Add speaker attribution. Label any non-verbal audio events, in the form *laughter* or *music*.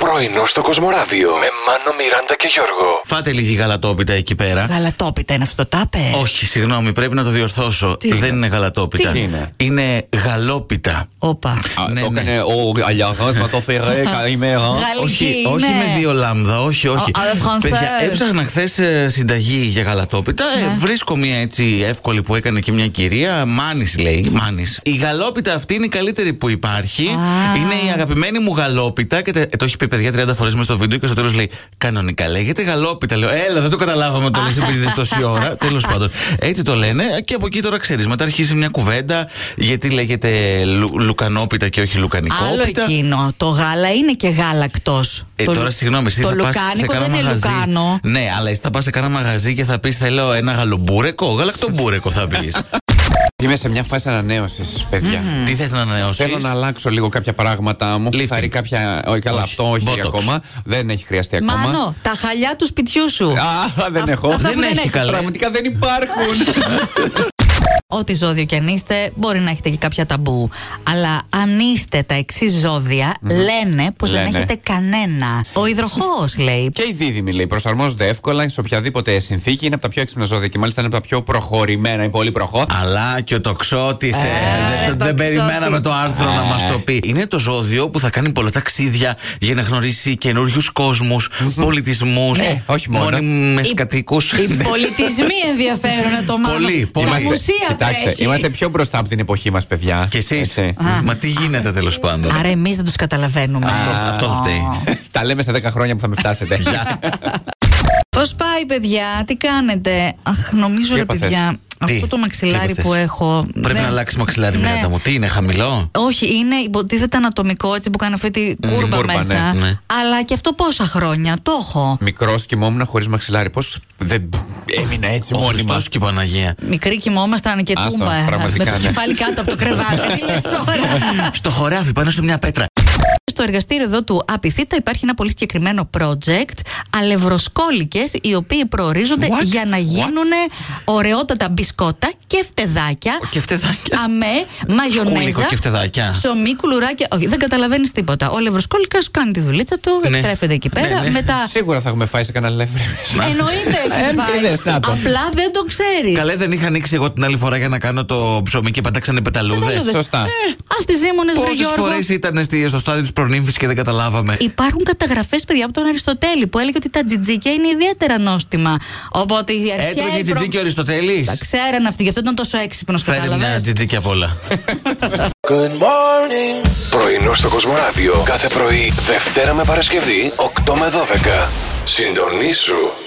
Speaker 1: Πρωινό στο Κοσμοράδιο με Μάνο, Μιράντα και Γιώργο.
Speaker 2: Φάτε λίγη γαλατόπιτα εκεί πέρα.
Speaker 3: Γαλατόπιτα είναι αυτό το τάπε.
Speaker 2: Όχι, συγγνώμη, πρέπει να το διορθώσω.
Speaker 3: Ε. Τι
Speaker 2: Δεν
Speaker 3: είναι?
Speaker 2: είναι γαλατόπιτα.
Speaker 3: Τι
Speaker 2: είναι? γαλόπιτα.
Speaker 3: Όπα.
Speaker 4: Α,
Speaker 2: Ναι,
Speaker 4: το
Speaker 2: ναι.
Speaker 4: έκανε ο Αλιαγός, μα το
Speaker 2: *laughs*
Speaker 4: φέρε, καλημέρα.
Speaker 3: Γαλλική ναι.
Speaker 2: όχι,
Speaker 3: είναι.
Speaker 2: όχι με δύο λάμδα, όχι, όχι.
Speaker 3: Α, αλλά français.
Speaker 2: Παιδιά, έψαχνα χθες συνταγή για γαλατόπιτα. Ε,
Speaker 3: Ναι.
Speaker 2: βρίσκω μια έτσι εύκολη που έκανε και μια κυρία. Μάνης λέει. Μάνης. Η γαλόπιτα αυτή είναι η καλύτερη που υπάρχει. Είναι η αγαπημένη μου γαλόπιτα. Και τε- ε, το έχει πει παιδιά 30 φορέ μέσα στο βίντεο και στο τέλος λέει Κανονικά λέγεται γαλόπιτα. Λέω Έλα, δεν το καταλάβαμε το λες επειδή δεν τόση
Speaker 3: *laughs*
Speaker 2: ώρα. Τέλος πάντων. Έτσι το λένε και από εκεί τώρα ξέρεις. Μετά αρχίζει μια κουβέντα γιατί λέγεται λου- λουκανόπιτα και όχι
Speaker 3: Άλλο
Speaker 2: λουκανικόπιτα.
Speaker 3: εκείνο. Το γάλα είναι και γάλακτος.
Speaker 2: Ε, τώρα συγγνώμη, εσύ
Speaker 3: το
Speaker 2: θα πας σε
Speaker 3: λουκάνικο
Speaker 2: κάνα
Speaker 3: δεν είναι
Speaker 2: μαγαζί.
Speaker 3: λουκάνο.
Speaker 2: Ναι, αλλά εσύ θα πας σε κάνα μαγαζί και θα πεις Θέλω ένα γαλομπούρεκο. Γαλακτομπούρεκο θα
Speaker 3: *laughs*
Speaker 2: πεις.
Speaker 4: Είμαι σε μια φάση ανανέωσης, παιδιά.
Speaker 2: Τι θες να ανανεώσεις.
Speaker 4: Θέλω να αλλάξω λίγο κάποια πράγματα. Μου
Speaker 2: Lifting.
Speaker 4: έχει φάρει κάποια. Όχι, καλά,
Speaker 2: Όχι.
Speaker 4: αυτό όχι
Speaker 2: Botox.
Speaker 4: ακόμα. Δεν έχει χρειαστεί
Speaker 2: Ναι,
Speaker 4: ακόμα.
Speaker 3: Μάνο, τα χαλιά του σπιτιού σου.
Speaker 4: Α, δεν
Speaker 3: Αυτά-
Speaker 4: έχω.
Speaker 3: αυτά που
Speaker 2: Δεν έχει καλά.
Speaker 4: Πραγματικά δεν
Speaker 2: *laughs*
Speaker 4: υπάρχουν.
Speaker 3: Ό,τι ζώδιο και αν είστε, μπορεί να έχετε και κάποια ταμπού. Αλλά αν είστε τα εξής ζώδια, λένε πως δεν
Speaker 4: Λένε.
Speaker 3: έχετε κανένα. Ο υδροχός λέει.
Speaker 4: Και οι δίδυμοι λέει προσαρμόζονται εύκολα σε οποιαδήποτε συνθήκη. Είναι από τα πιο έξυπνα ζώδια και μάλιστα είναι από τα πιο προχωρημένα. Είναι πολύ προχώ.
Speaker 2: Αλλά και ο τοξότης. Ε,
Speaker 3: ρε,
Speaker 2: δεν,
Speaker 3: τοξότη.
Speaker 2: δεν περιμέναμε το άρθρο να μας το πει. Είναι το ζώδιο που θα κάνει πολλά ταξίδια για να γνωρίσει καινούριους κόσμους, πολιτισμούς,
Speaker 4: Ναι, όχι μόνο.
Speaker 2: μόνιμες
Speaker 3: Οι-
Speaker 2: κατοίκους.
Speaker 3: Οι πολιτισμοί ενδιαφέρουν το μάλλον.
Speaker 2: Πολύ, πολύ.
Speaker 3: Τα μουσεία
Speaker 4: κοιτάξτε,
Speaker 3: τρέχει.
Speaker 4: είμαστε πιο μπροστά από την εποχή μας, παιδιά.
Speaker 2: Και εσείς.
Speaker 4: Έτσι.
Speaker 2: Μα τι γίνεται τέλος πάντων.
Speaker 3: Άρα εμείς δεν τους καταλαβαίνουμε.
Speaker 2: Αυτό- Αυτό θα φταίει.
Speaker 4: Τα λέμε σε 10 χρόνια που θα με
Speaker 2: *laughs*
Speaker 4: φτάσετε.
Speaker 3: Πώς πάει, παιδιά, τι κάνετε. Αχ, νομίζω,
Speaker 4: Τι
Speaker 3: ρε
Speaker 4: έπαθες?
Speaker 3: παιδιά,
Speaker 2: Τι?
Speaker 3: αυτό το
Speaker 2: Τι
Speaker 3: μαξιλάρι
Speaker 2: έπαθες?
Speaker 3: που έχω.
Speaker 2: Πρέπει
Speaker 3: δεν-
Speaker 2: να αλλάξει μαξιλάρι,
Speaker 3: Ναι.
Speaker 2: Μιράντα μου. Τι είναι, χαμηλό.
Speaker 3: Όχι, είναι υποτίθεται ανατομικό έτσι που κάνει αυτή τη κούρμπα
Speaker 4: κούρμπα,
Speaker 3: μέσα.
Speaker 2: ναι, ναι.
Speaker 3: Αλλά και αυτό πόσα χρόνια το έχω.
Speaker 4: Μικρό κοιμόμουν χωρίς μαξιλάρι. Πώς δεν έμεινα έτσι
Speaker 2: Ο
Speaker 4: μόνιμα.
Speaker 2: Χριστός και η Παναγία.
Speaker 3: Μικροί κοιμόμασταν και
Speaker 4: Άστο,
Speaker 3: τούμπα. ε,
Speaker 4: πραγματικά,
Speaker 3: με το
Speaker 4: ναι.
Speaker 3: κεφάλι κάτω από το κρεβάτι. Τι λες
Speaker 2: *laughs*
Speaker 3: τώρα.
Speaker 2: Στο χωράφι, πάνω σε μια πέτρα.
Speaker 3: Στο εργαστήριο εδώ του Απιθύτα υπάρχει ένα πολύ συγκεκριμένο project, αλευροσκόλικες, οι οποίοι προορίζονται
Speaker 2: What?
Speaker 3: για να γίνουν ωραιότατα μπισκότα και φτεδάκια.
Speaker 2: Και φτεδάκια.
Speaker 3: Αμέ, μαγιονέζα.
Speaker 2: Σκούλικο και φτεδάκια.
Speaker 3: Ψωμί, κουλουράκια. Όχι, δεν καταλαβαίνεις τίποτα. Ο λευροσκόλικα κάνει τη δουλίτσα του,
Speaker 2: Ναι.
Speaker 3: τρέφεται εκεί πέρα.
Speaker 2: Ναι, ναι.
Speaker 3: Μετά.
Speaker 4: Σίγουρα θα έχουμε φάει σε κανένα λεύρι.
Speaker 3: Εννοείται
Speaker 4: Ε,
Speaker 3: έχει
Speaker 4: είδες,
Speaker 3: φάει.
Speaker 4: να το.
Speaker 3: Απλά δεν το ξέρεις.
Speaker 2: Καλέ δεν είχα ανοίξει εγώ την άλλη φορά για να κάνω το ψωμί και πετάξανε πεταλούδες.
Speaker 3: Πεταλούδες.
Speaker 4: Σωστά.
Speaker 3: Ας τις ζήμονε, βρε
Speaker 2: Πόσες
Speaker 3: Γιώργο.
Speaker 2: φορές ήταν στη- στο στάδιο της προνύμφη και δεν καταλάβαμε.
Speaker 3: Υπάρχουν καταγραφές, παιδιά, από τον Αριστοτέλη που έλεγε ότι τα τζιτζίκια είναι ιδιαίτερα νόστιμα. Οπότε η αρχαία.
Speaker 2: Έτρωγε τζιτζί και ο Αριστοτέλης.
Speaker 3: Τα ξέραν αυτοί, γι' αυτό ήταν τόσο έξυπνος,
Speaker 2: Φέρε μια
Speaker 3: κατάλαβες.
Speaker 2: τζιτζίκια απ' όλα.
Speaker 1: Πρωινό στο Κοσμοράδιο κάθε πρωί, Δευτέρα με Παρασκευή, 8 με 12. Συντονίσου.